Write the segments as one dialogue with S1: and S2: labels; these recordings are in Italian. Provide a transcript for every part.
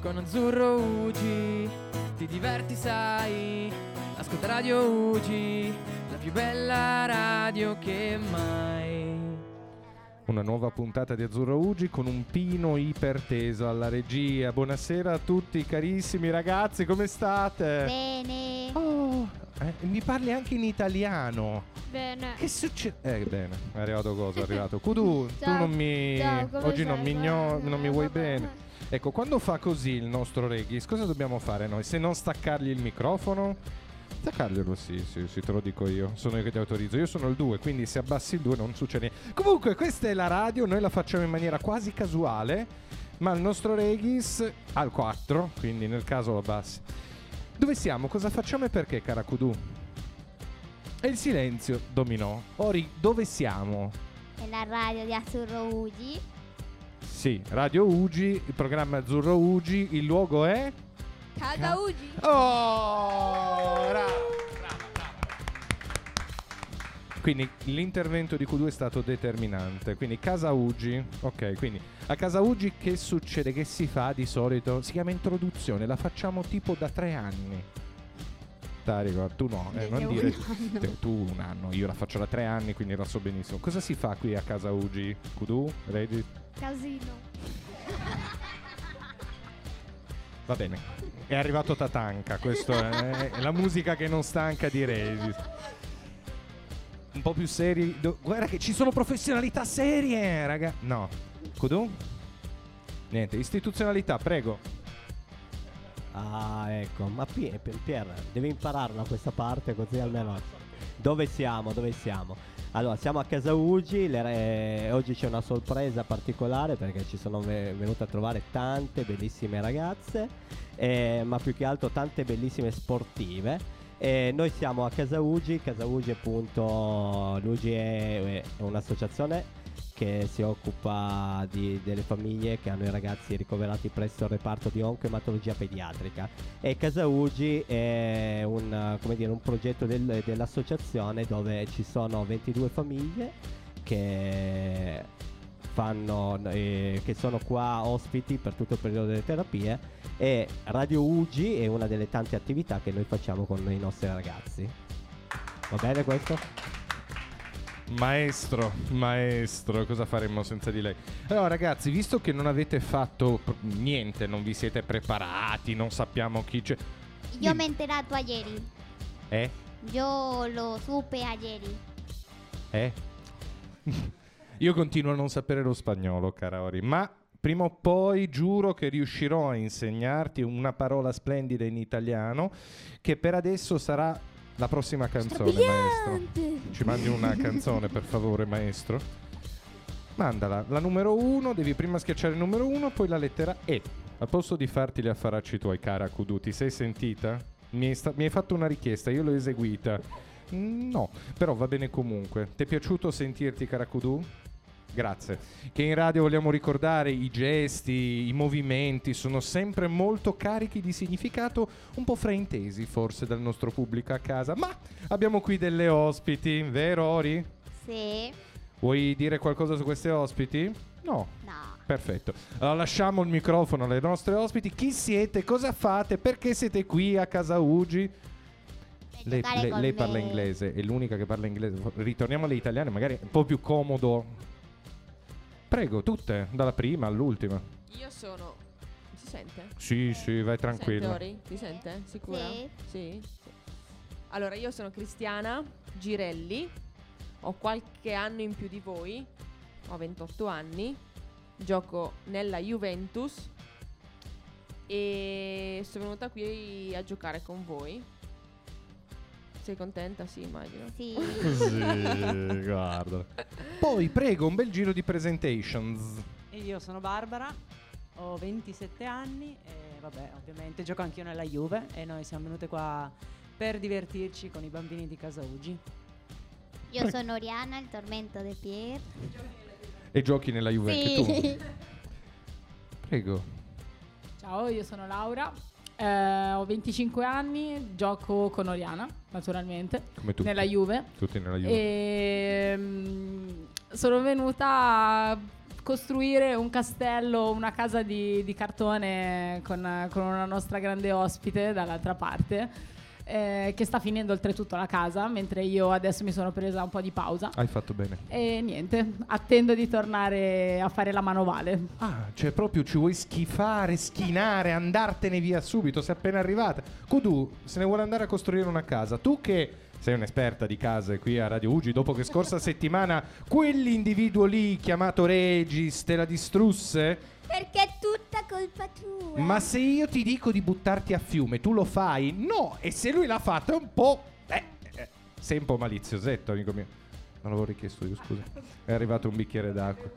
S1: Con Azzurro Ugi, ti diverti sai, ascolta Radio Ugi, la più bella radio che mai.
S2: Una nuova puntata di Azzurro Ugi con un pino iperteso alla regia. Buonasera a tutti carissimi ragazzi, come state?
S3: Bene.
S2: Oh, eh, mi parli anche in italiano.
S3: Bene.
S2: Che succede? Eh, bene, è arrivato cosa? È arrivato. Kudu, tu
S3: Ciao,
S2: non mi.
S3: ciao, come
S2: Oggi non
S3: stai?
S2: mi, igno-
S3: Bene, eh,
S2: non mi vuoi
S3: va
S2: bene.
S3: bene.
S2: Ecco, quando fa così il nostro Regis, cosa dobbiamo fare noi? Se non staccargli il microfono? Staccarglielo, sì, sì, sì, te lo dico io. Sono io che ti autorizzo. Io sono il 2, quindi se abbassi il 2 non succede niente. Comunque, questa è la radio, noi la facciamo in maniera quasi casuale. Ma il nostro Regis al 4, quindi nel caso lo abbassi. Dove siamo? Cosa facciamo e perché, cara Kudu? E il silenzio dominò. Ori, dove siamo?
S3: È la radio di Azzurro Ugi.
S2: Sì, Radio Ugi, il programma Azzurro Ugi, il luogo è...
S3: Casa Ugi.
S2: Oh! Quindi l'intervento di Q2 è stato determinante. Quindi Casa Ugi, ok, quindi a Casa Ugi che succede, che si fa di solito? Si chiama introduzione, la facciamo tipo da tre anni. Tarico, tu no, eh, non
S3: Io
S2: dire
S3: un anno.
S2: te- tu un anno, io la faccio da tre anni, quindi la so benissimo. Cosa si fa qui a Casa Ugi? Q2, Regis?
S3: Casino.
S2: Va bene, è arrivato Tatanka, questa è la musica che non stanca di Regis. Un po' più seri, do- guarda che ci sono professionalità serie, raga. No, Kudu? Niente, istituzionalità, prego.
S4: Ah, ecco, ma Pier, Pier, devi impararla questa parte così almeno. Dove siamo? Dove siamo? Allora, siamo a Casa Ugi, le re- oggi c'è una sorpresa particolare perché ci sono ve- venute a trovare tante bellissime ragazze, eh, ma più che altro tante bellissime sportive. Eh, noi siamo a Casa Ugi, Casa Ugi appunto, l'Ugi è, è un'associazione che si occupa di- delle famiglie che hanno i ragazzi ricoverati presso il reparto di oncoematologia pediatrica e Casa Ugi è un, eh, come dire, un progetto del- dell'associazione dove ci sono 22 famiglie che, fanno, eh, che sono qua ospiti per tutto il periodo delle terapie e Radio Ugi è una delle tante attività che noi facciamo con i nostri ragazzi. Va bene questo?
S2: Maestro, maestro, cosa faremmo senza di lei? Allora ragazzi, visto che non avete fatto pr- niente, non vi siete preparati, non sappiamo chi c'è...
S3: Yo me he enterado ayer.
S2: Eh?
S3: Yo lo supe ayer.
S2: Eh? Io continuo a non sapere lo spagnolo, cara Ori, ma prima o poi giuro che riuscirò a insegnarti una parola splendida in italiano che per adesso sarà la prossima canzone, maestro. Ci mandi una canzone, per favore, maestro? Mandala, la numero uno, devi prima schiacciare il numero uno, poi la lettera E. Al posto di farti gli affaracci tuoi, cara Kudu, ti sei sentita? Mi hai, sta- mi hai fatto una richiesta, io l'ho eseguita. Mm, No, però va bene comunque. Ti è piaciuto sentirti, cara Kudu? Grazie. Che in radio vogliamo ricordare i gesti, i movimenti sono sempre molto carichi di significato, un po' fraintesi forse dal nostro pubblico a casa, ma abbiamo qui delle ospiti, vero Ori?
S3: Sí.
S2: Vuoi dire qualcosa su queste ospiti? No,
S3: No.
S2: Perfetto. Allora lasciamo il microfono alle nostre ospiti. Chi siete? Cosa fate? Perché siete qui a casa Ugi? Lei,
S3: giocare
S2: lei-
S3: con
S2: lei
S3: me.
S2: parla inglese, è l'unica che parla inglese. Ritorniamo alle italiane, magari è un po' più comodo. Prego, tutte, dalla prima all'ultima.
S5: Io sono. Si sente?
S2: Sì, sì, vai
S5: Sente,
S2: tranquilla.
S5: Ori? Ti sente? Sicura?
S3: Sì.
S5: Sì. Allora, io sono Cristiana Girelli, ho qualche anno in più di voi, ho 28 anni, gioco nella Juventus e sono venuta qui a giocare con voi. Sei contenta? Sì, immagino.
S3: Sí.
S2: Sì, guarda. Poi prego un bel giro di presentations.
S6: E io sono Barbara, ho 27 anni e vabbè, ovviamente gioco anch'io nella Juve e noi siamo venute qua per divertirci con i bambini di casa Ugi.
S3: Yo soy Oriana, el tormento de Pierre.
S2: E giochi nella Juve anche
S3: Sí.
S2: tu. Prego.
S7: Ciao, io sono Laura, eh, ho 25 anni, gioco con Oriana, naturalmente,
S2: Come tu.
S7: nella Juve. Ehm,
S2: Tutti nella Juve.
S7: E, mm, sono venuta costruire un castello, una casa di, di cartone con, con una nostra grande ospite dall'altra parte. eh, che sta finendo oltretutto la casa, mentre io adesso mi sono presa un po' di pausa.
S2: Hai fatto bene.
S7: E niente, attendo di tornare a fare la manovale.
S2: Ah, cioè proprio ci vuoi schifare, schinare, andartene via subito, sei appena arrivata. Kudu se ne vuole andare a costruire una casa. Tu che sei un'esperta di case qui a Radio Ugi, dopo che scorsa settimana quell'individuo lì chiamato Regis te la distrusse?
S3: Perché è tutta colpa tua.
S2: Ma se io ti dico di buttarti a fiume, tu lo fai? No, e se lui l'ha fatto è un po'... Eh, eh, sei un po' maliziosetto, amico mio. Non l'avevo richiesto io, scusa. È arrivato un bicchiere d'acqua.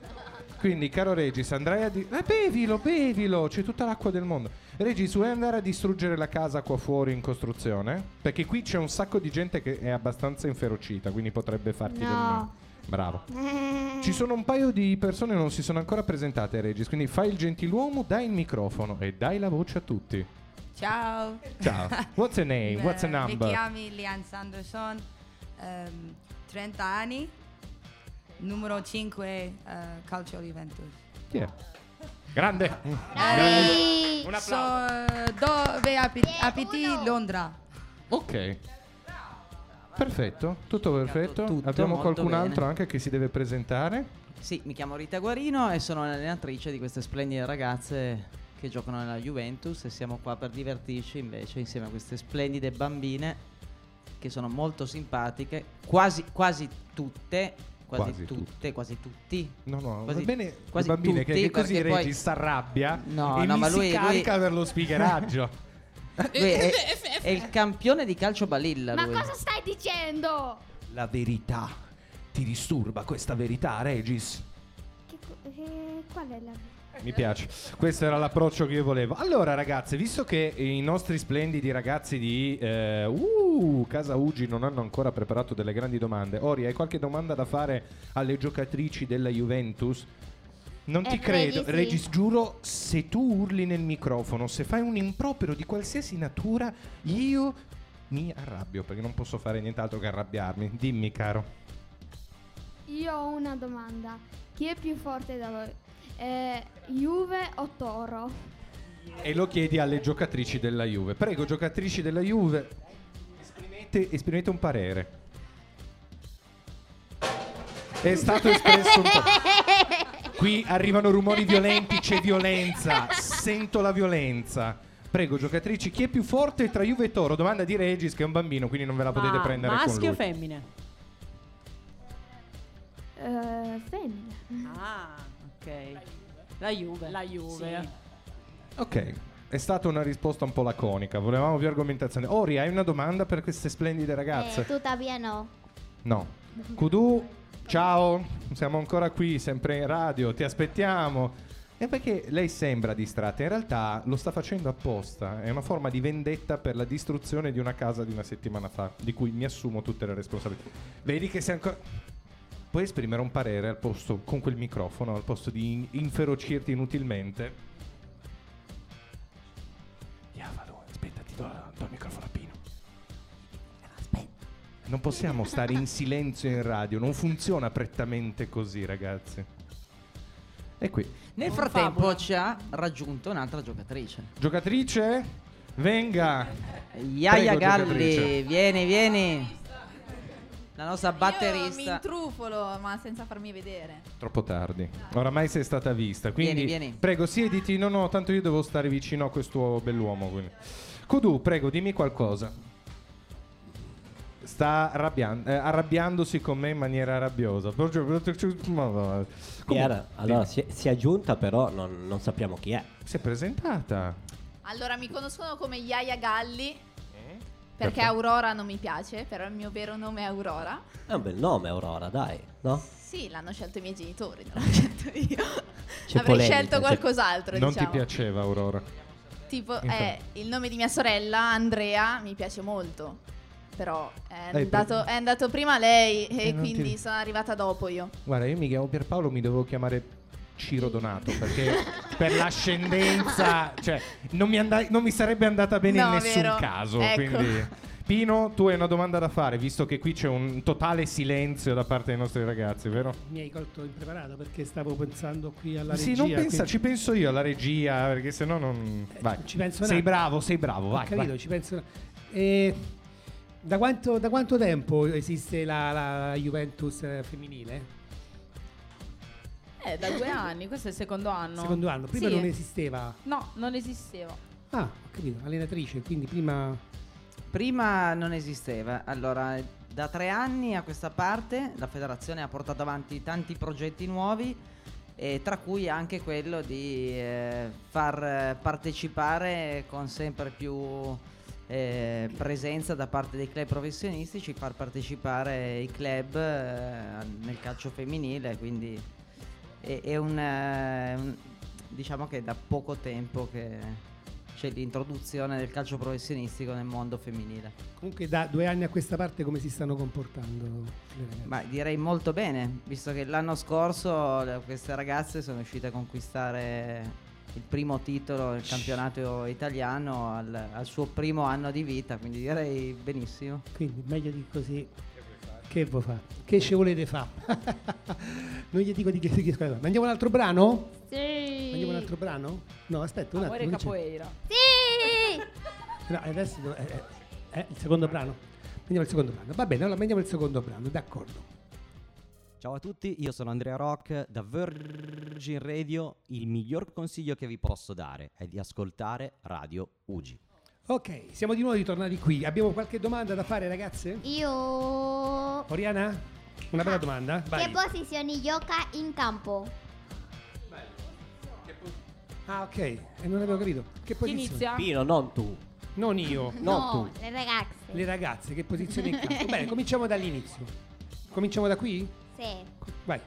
S2: Quindi, caro Regis, andrai a... Di- eh, bevilo, bevilo, c'è tutta l'acqua del mondo. Regis, vuoi andare a distruggere la casa qua fuori in costruzione? Perché qui c'è un sacco di gente che è abbastanza inferocita, quindi potrebbe farti del male.
S3: No.
S2: Bravo.
S3: Eh,
S2: Ci sono un paio di persone che non si sono ancora presentate, Regis, quindi fai il gentiluomo, dai il microfono e dai la voce a tutti.
S8: Ciao.
S2: Ciao. What's a name? What's a
S8: Eh, Mi
S2: number?
S8: chiami Lian Sanderson, ehm, 30 anni, numero 5 eh, Calcio Juventus.
S2: Chi è? Grande.
S3: Bravi.
S2: Un applauso.
S8: Eh, So, dove api-
S3: Diego,
S8: abiti?
S3: uno.
S8: Londra.
S2: Ok. Perfetto, tutto perfetto.
S9: Tutto
S2: Abbiamo
S9: molto
S2: qualcun
S9: bene.
S2: altro anche che si deve presentare.
S9: Sì, mi chiamo Rita Guarino e sono un'allenatrice di queste splendide ragazze che giocano nella Juventus e siamo qua per divertirci invece insieme a queste splendide bambine che sono molto simpatiche, quasi, quasi tutte, quasi,
S2: Quasi
S9: tutte, quasi tutti.
S2: No, no,
S9: Quasi-
S2: va bene.
S9: quasi
S2: le bambine che,
S9: tutti,
S2: che così
S9: perché poi-
S2: Regis si arrabbia
S9: No,
S2: e
S9: no,
S2: mi
S9: ma
S2: si
S9: lui- lui-
S2: carica per lo spigheraggio.
S9: Lui è, è il campione di calcio balilla
S3: Ma
S9: lui.
S3: cosa stai dicendo?
S2: La verità. Ah, Ti disturba questa verità, Regis?
S3: Che co- eh, qual è la...
S2: Mi piace, questo era l'approccio che io volevo. Allora, ragazze, visto che i nostri splendidi ragazzi di eh, uh, Casa Ugi non hanno ancora preparato delle grandi domande, Ori, hai qualche domanda da fare alle giocatrici della Juventus? Non
S3: Eh,
S2: ti credo,
S3: Regis, sì.
S2: Regis, giuro, se tu urli nel microfono, se fai un impropero di qualsiasi natura, io mi arrabbio perché non posso fare nient'altro che arrabbiarmi. Dimmi, caro.
S10: Io ho una domanda. Chi è più forte da voi? Eh, Juve o Toro?
S2: E lo chiedi alle giocatrici della Juve. Prego, giocatrici della Juve, esprimete, esprimete un parere. È stato espresso un parere. Qui arrivano rumori violenti, c'è violenza. Sento la violenza. Prego, giocatrici, chi è più forte tra Juve e Toro? Domanda di Regis, che è un bambino, quindi non ve la potete
S6: Ma
S2: prendere con
S6: Ah, maschio
S2: lui.
S6: o femmine?
S10: Eh, femmina.
S6: Ah, ok. La Juve.
S7: La Juve.
S3: Eh,
S6: Sì.
S2: ok, è stata una risposta un po' laconica. Volevamo più argomentazione. Ori, hai una domanda per queste splendide ragazze?
S3: Eh, tuttavia no.
S2: No. Kudu, ciao, siamo ancora qui, sempre in radio, ti aspettiamo. E perché lei sembra distratta, in realtà lo sta facendo apposta, è una forma di vendetta per la distruzione di una casa di una settimana fa, di cui mi assumo tutte le responsabilità. Vedi che sei ancora... Puoi esprimere un parere al posto, con quel microfono, al posto di in- inferocirti inutilmente? Diavolo, aspetta, ti do, do il microfono a Pino. Non possiamo stare in silenzio in radio, non funziona prettamente così, ragazzi. E qui.
S9: Nel frattempo ci ha raggiunto un'altra giocatrice.
S2: Giocatrice, venga.
S9: Yaya
S2: Prego,
S9: Galli,
S2: giocatrice.
S9: vieni, vieni. La nostra
S8: Io mi
S9: batterista.
S8: intrufolo, ma senza farmi vedere.
S2: Troppo tardi. Oramai sei stata vista, quindi
S9: Vieni, vieni.
S2: prego siediti. No, no, tanto io devo stare vicino a questo bell'uomo. Quindi. Kudu, prego, dimmi qualcosa. Sta arrabbian- eh, arrabbiandosi con me in maniera rabbiosa. Comunque,
S4: Pier, allora
S2: dimmi.
S4: si, si è giunta, però non, non sappiamo chi è.
S2: si è presentata.
S8: Allora, mi conoscono come Yaya Galli,
S2: Eh?
S8: perché
S2: Perfetto.
S8: Aurora non mi piace, però il mio vero nome è Aurora.
S4: È un bel nome, Aurora, dai, no?
S8: Sì, l'hanno scelto i miei genitori, non l'ho scelto io.
S4: C'è
S8: Avrei
S4: polemica,
S8: scelto
S4: c'è-
S8: qualcos'altro,
S2: Non
S8: diciamo.
S2: ti piaceva, Aurora.
S8: Tipo,
S2: Infatti.
S8: eh, il nome di mia sorella, Andrea, mi piace molto. Però è
S2: Eh,
S8: andato,
S2: per-
S8: è andato prima lei e
S2: Eh, non ti-
S8: quindi sono arrivata dopo io.
S2: Guarda, io mi chiamo Pierpaolo, mi devo chiamare Ciro Donato perché per l'ascendenza, cioè, non mi, andai- non mi sarebbe andata bene in
S8: No,
S2: nessun
S8: vero.
S2: caso.
S8: Ecco.
S2: Quindi Pino, tu hai una domanda da fare, visto che qui c'è un totale silenzio da parte dei nostri ragazzi, vero?
S11: Mi hai colto impreparato perché stavo pensando qui alla
S2: sì,
S11: regia.
S2: non pensa,
S11: quindi- Eh,
S2: ci penso io alla regia, perché sennò non. Vai.
S11: ci penso un
S2: sei
S11: attimo.
S2: bravo, sei bravo,
S11: Ho
S2: vai.
S11: capito,
S2: vai.
S11: ci penso. Eh, da, quanto, da quanto tempo esiste la, la Juventus eh, femminile?
S7: Eh, da due anni, questo è il secondo anno.
S11: Secondo anno, prima
S7: Sì.
S11: non esisteva.
S7: No, non esisteva.
S11: Ah, ho capito, allenatrice, quindi prima...
S9: Prima non esisteva, allora da tre anni a questa parte la federazione ha portato avanti tanti progetti nuovi, e tra cui anche quello di eh, far eh, partecipare con sempre più eh, presenza da parte dei club professionistici, far partecipare i club eh, nel calcio femminile, quindi è, è un, eh, un- diciamo che è da poco tempo che c'è l'introduzione del calcio professionistico nel mondo femminile.
S11: Comunque da due anni a questa parte come si stanno comportando le ragazze?
S9: Ma direi molto bene, visto che l'anno scorso le- queste ragazze sono riuscite a conquistare il primo titolo del campionato italiano al, al suo primo anno di vita, quindi direi benissimo.
S11: Quindi meglio di così. Che vuoi fare? Che ci volete fare? non gli dico di che, di che squadra. Mandiamo un altro brano?
S10: Sì.
S11: Mandiamo un altro brano? No, aspetta un
S7: Amore
S11: attimo. che
S7: capoeira.
S3: Sì!
S11: c'è- No, adesso do- eh, eh, eh, il secondo brano. Mandiamo il secondo brano. Va bene, allora mandiamo il secondo brano, d'accordo.
S12: Ciao a tutti, io sono Andrea Rock da Virgin Radio. Il miglior consiglio che vi posso dare è di ascoltare Radio Ugi.
S11: Ok, siamo di nuovo ritornati qui. Abbiamo qualche domanda da fare, ragazze?
S3: Io...
S11: Oriana? Una bella domanda?
S3: Che
S11: Vai.
S3: posizioni gioca in campo?
S11: Ah, ok, eh, non avevo capito. Che posizione?
S3: inizia?
S4: Pino, non tu.
S11: Non io.
S3: no, le ragazze.
S11: Oh. Le ragazze, che posizione in campo? Bene, cominciamo dall'inizio. Cominciamo da qui?
S3: Sì.
S11: Vai.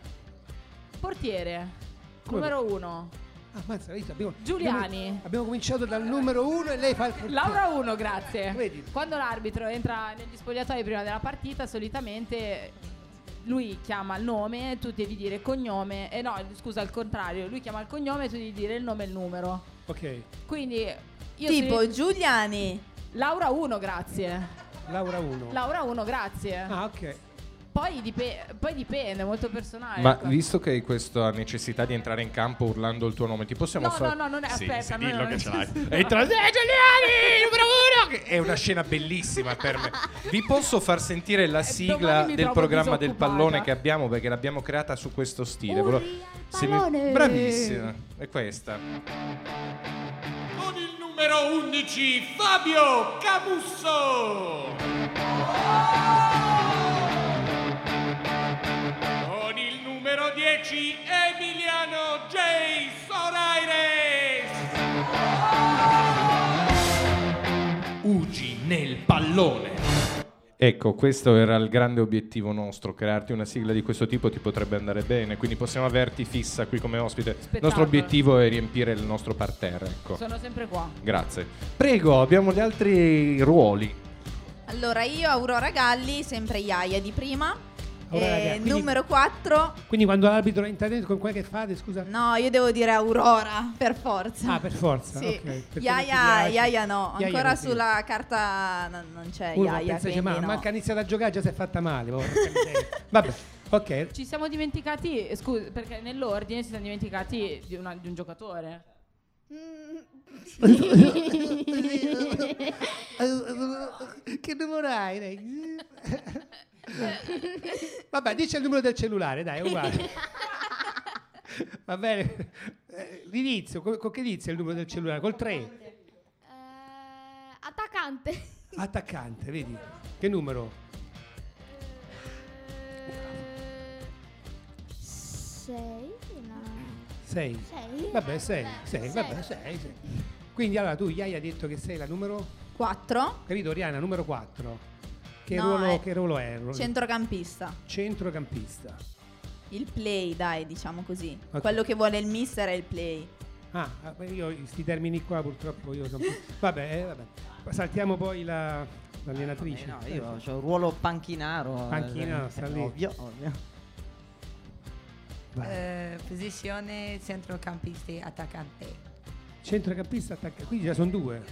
S7: Portiere,
S11: Come-
S7: numero uno.
S11: Ah, mazza, hai visto? Abbiamo-
S7: Giuliani.
S11: Abbiamo, abbiamo cominciato dal numero uno e lei fa il portiere.
S7: Laura 1, grazie.
S11: Vedi?
S7: Quando l'arbitro entra negli spogliatoi prima della partita, solitamente lui chiama il nome, tu devi dire cognome, e no, scusa, al contrario, lui chiama il cognome e tu devi dire il nome e il numero.
S11: Ok,
S7: Quindi io
S13: Tipo
S7: se-
S13: Giuliani.
S7: Laura 1, grazie.
S11: Laura 1.
S7: Laura 1, grazie.
S11: Ah, ok.
S7: Poi, dipe- poi dipende, è molto personale.
S2: Ma
S7: ecco.
S2: visto che hai questa necessità di entrare in campo urlando il tuo nome, ti possiamo
S7: No, no,
S2: fare.
S7: no, non è-
S2: Sì,
S7: aspetta,
S2: sì,
S7: no,
S2: dillo
S7: no,
S2: che
S7: no.
S2: ce l'hai. Entra- Eh, Giuliani, numero uno! Che- È una scena bellissima per me. Vi posso far sentire la sigla
S14: Eh, domani mi
S2: del
S14: trovo
S2: programma del
S14: disoccupata.
S2: pallone che abbiamo perché l'abbiamo creata su questo stile. Volevo- se mi-
S14: pallone!
S2: Bravissima, è questa.
S14: Numero 11 Fabio Camusso. Con il numero 10 Emiliano J. Soraires. Ugi nel pallone.
S2: Ecco, questo era il grande obiettivo nostro, crearti una sigla di questo tipo ti potrebbe andare bene, quindi possiamo averti fissa qui come ospite. Il nostro
S7: Spettacolo.
S2: obiettivo è riempire il nostro parterre, ecco.
S7: Sono sempre qua.
S2: Grazie. Prego, abbiamo gli altri ruoli.
S13: Allora, io Aurora Galli, sempre Iaia di prima.
S11: Aurora
S13: Eh,
S11: Galli, quindi-
S13: numero 4.
S11: Quindi quando l'arbitro entra dentro, con quel che fate, scusa?
S13: No, io devo dire Aurora, per forza.
S11: Ah, per forza.
S13: Sì.
S11: ok, perché non
S13: Iaia,
S11: ti piace.
S13: Iaia no,
S11: Iaia
S13: ancora
S11: non ti-
S13: sulla carta non, non c'è
S11: Uno
S13: Iaia,
S11: pensa, dice,
S13: quindi
S11: ma
S13: no.
S11: manca iniziato a giocare, già si è fatta male. porca miseria." Vabbè, ok.
S7: Ci siamo dimenticati, scusa, perché nell'ordine ci siamo dimenticati di, una- di un giocatore.
S11: che numero hai? Rex? Vabbè, dice il numero del cellulare, dai, è uguale. Va bene. Eh, L'inizio, co- con che inizia il numero del cellulare? Col 3.
S10: Attaccante.
S11: Attaccante, vedi? Che numero?
S10: 6. No. Sei.
S11: 6. Vabbè, 6. 6,
S10: Sei.
S11: vabbè, 6. Quindi allora tu, Iai, hai detto che sei la numero...
S13: 4.
S11: Capito, Oriana, numero 4. Che,
S13: No,
S11: ruolo,
S5: eh,
S13: è
S11: che ruolo è?
S13: Centrocampista.
S11: Centrocampista.
S13: Il play, dai, diciamo così.
S11: Ok.
S13: Quello che vuole il mister è il play.
S11: Ah, ah, beh, io questi termini qua purtroppo io sono... vabbè, eh, vabbè. Saltiamo poi la, l'allenatrice.
S9: Ah, No, io ho un ruolo panchinaro. eh,
S11: Panchinaro, sta lì.
S9: Ovvio, ovvio.
S8: Eh, posizione centrocampista e attaccante.
S11: Centrocampista attacca. Quindi già sono due.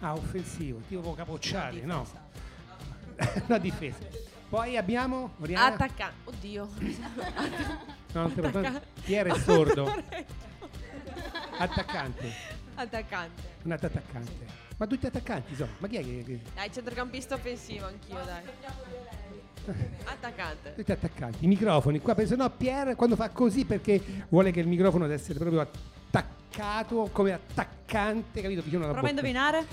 S11: Ah, offensivo, tipo capocciare, no? La difesa. Poi abbiamo Oriana.
S5: Attacca. Oddio.
S11: No, non ti preoccupare.
S5: Attacca-
S11: Pierre è
S5: Ho
S11: sordo.
S5: fatto orecchio.
S11: Attaccante.
S5: Attaccante.
S11: Un altro attaccante. Ma tutti attaccanti sono. Ma chi è che, che-
S5: Dai, centrocampista offensivo anch'io, dai. Attaccante.
S11: tutti attaccanti? I microfoni qua, perché sennò Pierre quando fa così perché vuole che il microfono deve essere proprio attaccato come attaccante, capito? Vicino alla
S6: Prova a
S11: bocca.
S6: indovinare.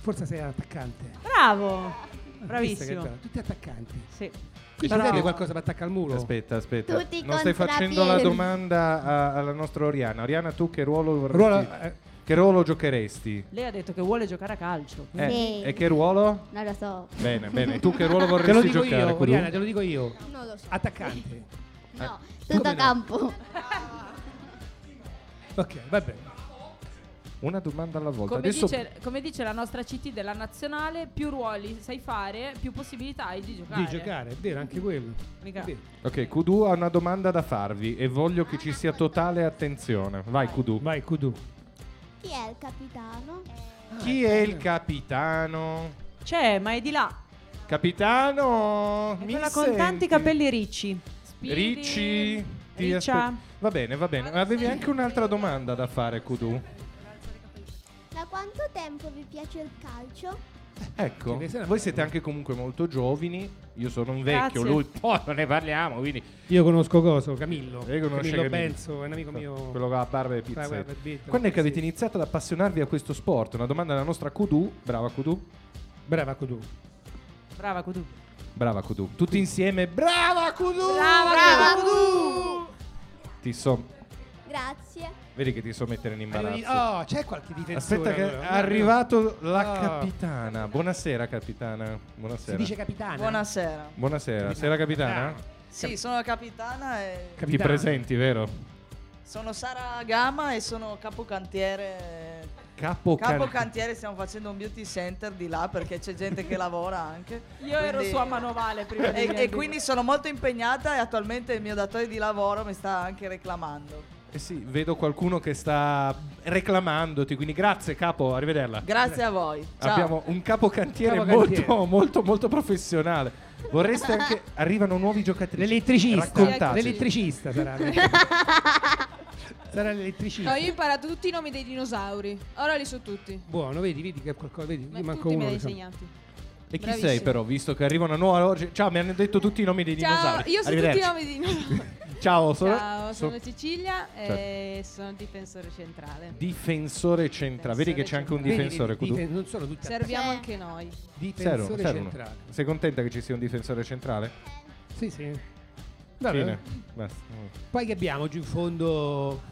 S11: Forse sei un attaccante.
S6: Bravo.
S11: Visto che
S6: Bravissimo.
S11: è Tutti attaccanti.
S6: Sì.
S11: Qui ci
S6: Bravo.
S11: serve qualcosa per attaccare al muro?
S2: Aspetta, aspetta.
S11: Tutti
S2: non stai
S11: contrapiedi.
S2: facendo la domanda a- alla nostra Oriana. Oriana, tu che ruolo, vorresti-
S11: Ruolo- eh.
S2: che ruolo giocheresti?
S6: Lei ha detto che vuole giocare a calcio.
S2: Eh, E che ruolo?
S3: Non lo so.
S2: Bene, bene. Tu che ruolo vorresti
S11: Te lo dico
S2: giocare? Eh.
S11: io,
S2: Kudu?
S11: Oriana, te lo dico io.
S3: Non lo so.
S2: Ah.
S11: Attaccante.
S3: No, tutto a campo.
S11: Ok, va bene.
S2: Una domanda alla volta.
S7: Come,
S2: Adesso
S7: dice, come dice la nostra CT della nazionale, più ruoli sai fare, più possibilità hai di giocare.
S11: Di giocare, è vero, anche quello.
S7: Mica-
S11: È vero.
S2: Ok, Kudu ha una domanda da farvi e voglio che ci sia totale attenzione. Vai Kudu.
S11: Vai Kudu.
S3: Chi è il capitano?
S2: Chi è il capitano?
S6: C'è, ma è di là.
S2: Capitano,
S6: È
S2: mi
S6: quella con
S2: senti?
S6: tanti capelli ricci.
S2: Ricci, ti
S6: Riccia.
S2: aspe- Va bene, va bene. Avevi anche un'altra domanda da fare, Kudu.
S15: Da quanto tempo vi piace il calcio?
S2: Ecco, voi siete anche comunque molto giovani. Io sono un
S15: Grazie.
S2: vecchio, lui poi non ne parliamo, quindi
S11: Io conosco coso, Camillo.
S2: Lei Eh, conosce
S11: Camillo
S2: Camillo. Ah.
S11: Benzo, è un amico mio.
S2: Quello con la barba e
S11: Con la
S2: pizza.
S11: barba e pizza,
S2: Quando è che avete iniziato ad appassionarvi a questo sport? Una domanda alla nostra Kudu. Brava Kudu.
S11: Brava Kudu.
S6: Brava Kudu.
S2: Brava Kudu. Tutti insieme. Brava Kudu!
S15: Brava
S2: Ti so...
S15: Grazie.
S2: Vedi che ti so mettere in imbarazzo.
S11: Oh, c'è qualche difensore.
S2: Aspetta che
S11: allora?
S2: è arrivato la
S11: Oh.
S2: capitana. Buonasera capitana.
S11: Si
S2: Buonasera.
S11: dice capitana.
S13: Buonasera.
S2: Buonasera. Sera capitana?
S13: Sì, sono la capitana e
S2: Ti presenti, vero?
S13: sono Sara Gama e sono capocantiere.
S2: Capocan-
S13: Capocantiere stiamo facendo un beauty center di là perché c'è gente che lavora anche.
S7: Io ero
S13: Quindi-
S7: sua manovale prima di
S13: E,
S7: venire.
S13: e quindi sono molto impegnata e attualmente il mio datore di lavoro mi sta anche reclamando.
S2: Eh sì, vedo qualcuno che sta reclamandoti, quindi grazie capo, arrivederla.
S13: Grazie a voi. Ciao.
S2: Abbiamo un capocantiere,
S13: Capocantiere.
S2: Molto, molto, molto professionale. Vorreste anche... Arrivano nuovi giocatrici.
S11: L'elettricista.
S2: Raccontateci.
S11: L'elettricista sarà. sarà l'elettricista.
S16: No, Cioè, io ho imparato tutti i nomi dei dinosauri. Ora li so tutti.
S11: Buono, vedi, vedi che qualcosa. Vedi, io
S16: Ma
S11: manco
S16: tutti me
S11: uno. diciamo.
S16: li hai
S11: lo so.
S16: insegnati.
S2: E chi
S16: Bravissimo.
S2: sei però, visto che arriva una nuova... oggi- Ciao, mi hanno detto tutti i nomi dei
S16: Ciao,
S2: dinosauri.
S16: io so tutti i
S2: Arrivederci.
S16: nomi dei dinosauri.
S2: Ciao, sono...
S16: Ciao,
S2: so-
S16: sono Cecilia e sono difensore centrale.
S2: Difensore centrale. Vedi che c'è anche un
S11: Vedi,
S2: difensore.
S11: vedi,
S2: Kudu?
S11: difen- non sono tutti
S16: Serviamo anche noi.
S11: Difensore
S2: Servono, servono.
S11: centrale.
S2: Sei contenta che ci sia un difensore centrale?
S11: Sì, sì. Vabbè.
S2: Fine. Basta.
S11: Poi che abbiamo giù in fondo?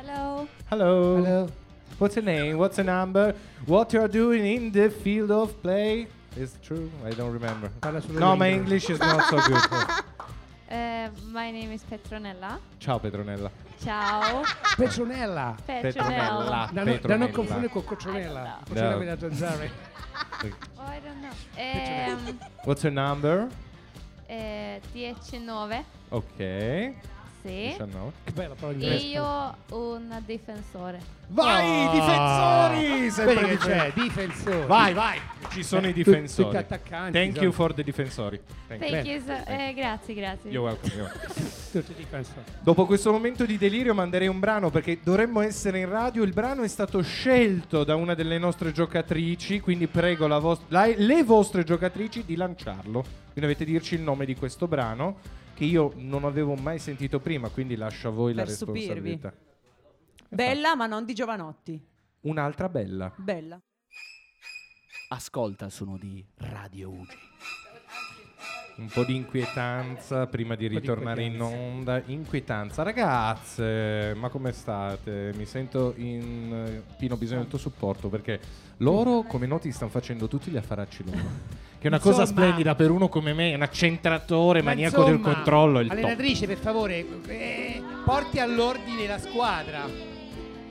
S17: Hello.
S2: Hello. What's your name? What's your number? What you're doing in the field of play? It's true. I don't remember.
S11: solo
S2: No,
S11: in
S2: my English
S11: inglese.
S2: is not so good. Oh,
S17: Uh, my name is Petronella.
S2: Ciao Petronella.
S17: Ciao. Oh,
S11: Petronella.
S17: Petronella.
S11: Ah, Da, no- da non
S2: Petronella.
S11: confondere con Coccionella.
S2: No.
S11: Coccionella no. da zanzare.
S17: Oh, I don't know.
S11: Petronella.
S17: Ehm,
S2: What's your number?
S17: eh, 19.
S2: Ok.
S17: Sì.
S2: 19.
S11: Che bella parola
S17: E io un difensore.
S2: Vai,
S11: Oh!
S2: difensori! Sempre
S11: Vedi che c'è,
S2: difensori.
S11: difensori.
S2: Ah! cioè, Vai, vai. Ci sono
S11: Eh,
S2: i
S11: tu-
S2: difensori.
S11: tutti attaccanti esatto.
S2: Thank
S11: sono.
S2: you for the difensori. Thank you.
S17: Thank you, so- eh, grazie, grazie.
S2: You're welcome, you're welcome.
S11: Tutti difensori.
S2: Dopo questo momento di delirio manderei un brano perché dovremmo essere in radio. Il brano è stato scelto da una delle nostre giocatrici, quindi prego la vost- la- le vostre giocatrici di lanciarlo. Quindi dovete dirci il nome di questo brano che io non avevo mai sentito prima, quindi lascio a voi la
S6: Per stupirvi.
S2: responsabilità.
S6: Bella, ma non di Giovanotti.
S2: Un'altra bella.
S6: Bella.
S18: Ascolta, sono di Radio UGI.
S2: Un po' di inquietanza prima di
S18: po' di
S2: ritornare in onda. Inquietanza, ragazze, ma come state? Mi sento in eh, pieno bisogno del tuo supporto perché loro, come noti, stanno facendo tutti gli affaracci loro. Che è una cosa
S11: Insomma.
S2: splendida per uno come me, un accentratore, maniaco del
S11: insomma,
S2: controllo. è Il top.
S11: Allenatrice, per favore, eh, porti all'ordine la squadra.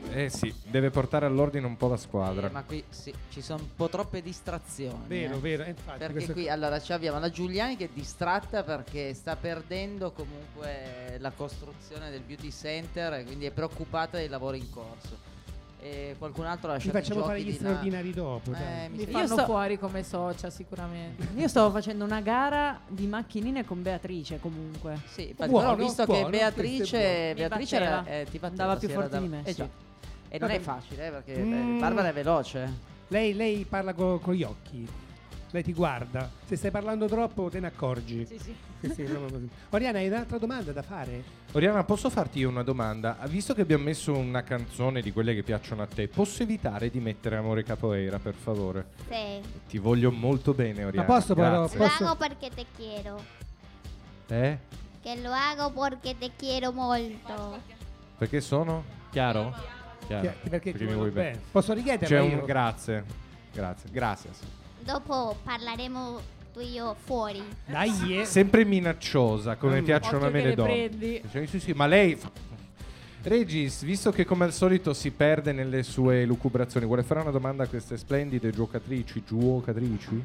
S2: Eh sì, deve portare all'ordine un po' la squadra.
S9: Eh, ma qui sì, ci sono un po' troppe distrazioni.
S11: Vero,
S9: eh.
S11: vero, eh, infatti,
S9: Perché
S11: questo-
S9: qui allora ci abbiamo la Giuliani che è distratta perché sta perdendo comunque la costruzione del beauty center e quindi è preoccupata dei lavori in corso. E qualcun altro ha
S11: Ti
S9: lasciato
S11: facciamo
S9: giochi
S11: fare gli
S9: di na-
S11: straordinari dopo. dai.
S9: Eh, mi
S7: Mi
S9: sa-
S7: fanno
S9: Io sto-
S7: fuori come socia sicuramente.
S6: Io stavo facendo una gara di macchinine con Beatrice comunque.
S9: Sì, infatti, però ho visto che Beatrice, Beatrice era, eh, ti batteva,
S6: andava più
S9: sì, era
S6: forte di
S9: da-
S6: me.
S9: eh
S6: sì.
S9: già. E non
S11: Vabbè.
S9: è facile eh, perché eh,
S11: Mm.
S9: Barbara è veloce.
S11: Lei, lei parla co- con gli occhi. Lei ti guarda. Se stai parlando troppo te ne accorgi.
S6: Sì, sì.
S11: proprio così. Oriana, hai un'altra domanda da fare?
S2: Oriana, posso farti io una domanda? Ah, Visto che abbiamo messo una canzone di quelle che piacciono a te, posso evitare di mettere Amore Capoeira, per favore?
S3: Sì.
S2: Ti voglio molto bene, Oriana.
S11: posso però-
S2: grazie.
S3: Lo hago porque te quiero.
S2: Eh?
S3: Que lo hago porque te quiero molto.
S2: Perché sono? Chiaro? Chiaro.
S11: Chi- perché ti
S2: mi
S11: voglio
S2: vuoi
S11: bene. Posso richiederla
S2: C'è un
S11: io?
S2: grazie. Grazie. Grazie.
S3: Dopo parleremo tu e io fuori.
S11: Dai, eh.
S2: Sempre minacciosa, come
S3: Mm.
S2: piacciono a
S3: Occhio
S2: me
S3: che
S2: le
S3: le
S2: donne.
S3: prendi.
S2: Cioè, sì, sì, ma lei... Regis, visto che come al solito si perde nelle sue lucubrazioni, vuole fare una domanda a queste splendide giocatrici? Giocatrici?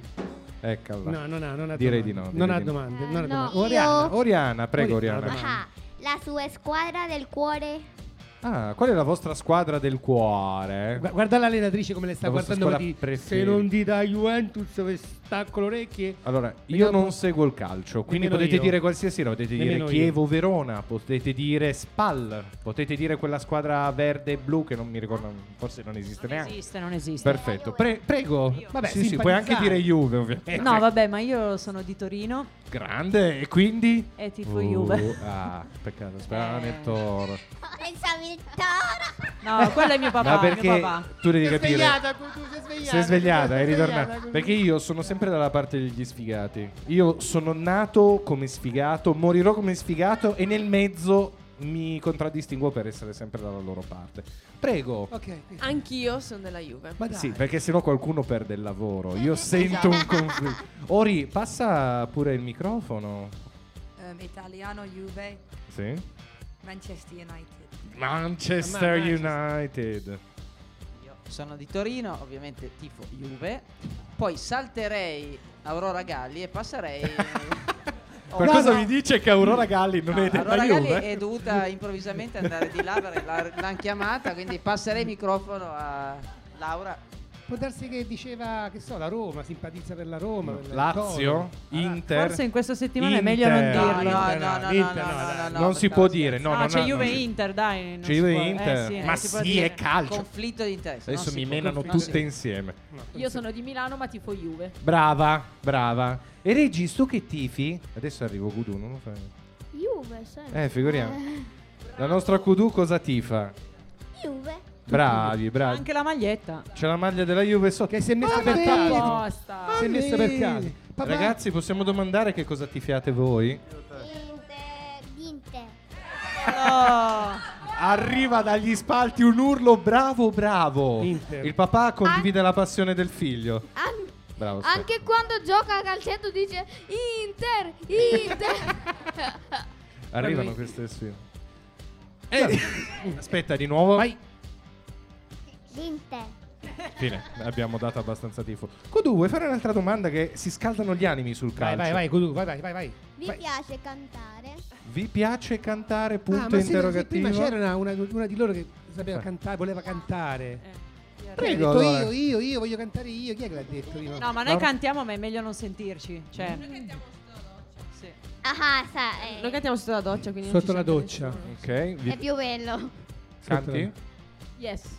S2: Eccola.
S11: No, non ha, non ha
S2: Direi
S11: domande.
S2: di no. direi
S11: Non ha
S2: di no.
S11: domande. non ha
S6: Eh,
S3: no,
S11: domande.
S3: io-
S11: Oriana,
S2: Oriana, prego, Oriana.
S3: Ajá. La subescuadra del cuore.
S2: Ah, qual è la vostra squadra del cuore?
S11: Gua- Guarda l'allenatrice come le sta
S2: La vostra
S11: guardando.
S2: squadra
S11: come ti- Se
S2: preferita."
S11: non ti dà Juventus, ve stacco le orecchie.
S2: Allora, io
S11: Vediamo-
S2: non seguo il calcio, quindi
S11: Nemmeno
S2: potete
S11: io.
S2: dire qualsiasi, no, potete dire
S11: Nemmeno io.
S2: Chievo Verona, potete dire Spal, potete dire quella squadra verde e blu che non mi ricordo, forse non esiste neanche.
S6: esiste, non esiste.
S2: Perfetto, Pre- prego.
S6: Vabbè,
S2: sì, sì, puoi anche dire
S6: simpatizzare.
S2: Juve, ovviamente.
S6: No, vabbè, ma io sono di Torino
S2: Grande, e quindi?
S6: e tifo Juve. Eh.
S2: Ah, peccato, speravo nel toro.
S3: Pensami il toro.
S15: Ah,
S6: No, quello è mio papà,
S2: Ma perché
S6: mio papà.
S2: tu devi
S11: Si è
S2: capire.
S11: svegliata, tu- tu sei svegliata.
S2: Si è svegliata, è
S11: Si è
S2: ritornata.
S11: svegliata.
S2: Perché io sono sempre dalla parte degli sfigati. Io sono nato come sfigato, morirò come sfigato e nel mezzo mi contraddistinguo per essere sempre dalla loro parte. Prego.
S5: Anch'io sono della Juve.
S2: Sì, perché sennò qualcuno perde il lavoro. Io sento un conflitto. Ori, passa pure il microfono.
S8: Ehm, italiano Juve,
S2: Sì.
S8: Manchester United.
S2: Manchester
S9: Ma-
S2: United.
S9: Io sono di Torino, ovviamente tifo Juve. Poi salterei Aurora Galli e passerei. Oh,
S2: Qualcosa
S9: no,
S2: mi dice che Aurora Galli non è della
S9: Aurora Galli
S2: Juve?
S9: è dovuta improvvisamente andare di là perché l'ha- l'hanno chiamata, quindi passerei il microfono a Laura.
S11: Può darsi che diceva, che so, la Roma, simpatizza per la Roma. per la
S2: Lazio,
S11: Toro.
S2: Inter.
S6: Forse in questa settimana è meglio non
S2: Inter.
S6: dirlo.
S11: No, no, no,
S2: Inter,
S11: no, no,
S2: dai.
S11: no, no,
S2: non si può dire. No,
S6: No,
S2: no,
S6: c'è
S2: no,
S6: Juve
S2: no.
S6: Inter, dai. non
S2: C'è
S6: si
S2: Juve
S6: può- eh,
S2: Inter.
S6: sì,
S2: Ma
S6: si può
S2: sì,
S6: dire.
S2: è calcio.
S9: Conflitto di interesse.
S2: Adesso
S9: non si
S2: mi
S9: può-
S2: menano
S9: non si
S2: tutte insieme.
S7: Io sono di Milano ma tifo Juve.
S2: Brava, brava. E Regis, tu che tifi? Adesso arrivo Kudu, non lo fai.
S15: Juve, sempre.
S2: Eh, figuriamo. La nostra Kudu cosa tifa?
S15: Juve.
S2: Bravi, bravi.
S6: Anche la maglietta.
S2: C'è la maglia della Juve sotto.
S11: Che si è messa
S6: Ah,
S11: per
S6: vedi?
S11: caso.
S6: Apposta.
S11: Si è messa per caso. Papà,
S2: Ragazzi, possiamo domandare che cosa tifiate voi?
S15: Inter. Inter.
S2: Arriva dagli spalti un urlo, bravo, bravo.
S11: Inter.
S2: Il papà condivide la passione del figlio. Bravo. Scott.
S16: Anche quando gioca a calcetto dice Inter, Inter.
S2: Arrivano queste sfide. Eh, Aspetta, di nuovo. Vai.
S15: Inter.
S2: Fine, abbiamo dato abbastanza tifo. Codu, vuoi fare un'altra domanda che si scaldano gli animi sul
S11: Vai,
S2: calcio?
S11: vai, vai, Kudu, vai, vai, vai, vai.
S15: Vi piace cantare?
S2: Vi piace cantare? Punto
S11: Ah, ma sì,
S2: interrogativo.
S11: prima c'era una, una- una di loro che sapeva
S2: Eh.
S11: cantare, voleva
S6: Eh,
S11: cantare.
S2: Prego,
S11: ha detto
S2: allora.
S11: io, io, io voglio cantare io. Chi è che l'ha detto? prima?
S6: No, ma noi cantiamo, ma è meglio non sentirci. Cioè,
S3: Ajá, sa- eh,
S5: Noi cantiamo sotto la doccia, quindi non
S11: Sotto
S5: ci
S11: la
S5: sente
S11: doccia.
S2: Ok,
S11: Eh,
S3: è
S2: vi
S3: più bello.
S2: canti?
S7: Yes.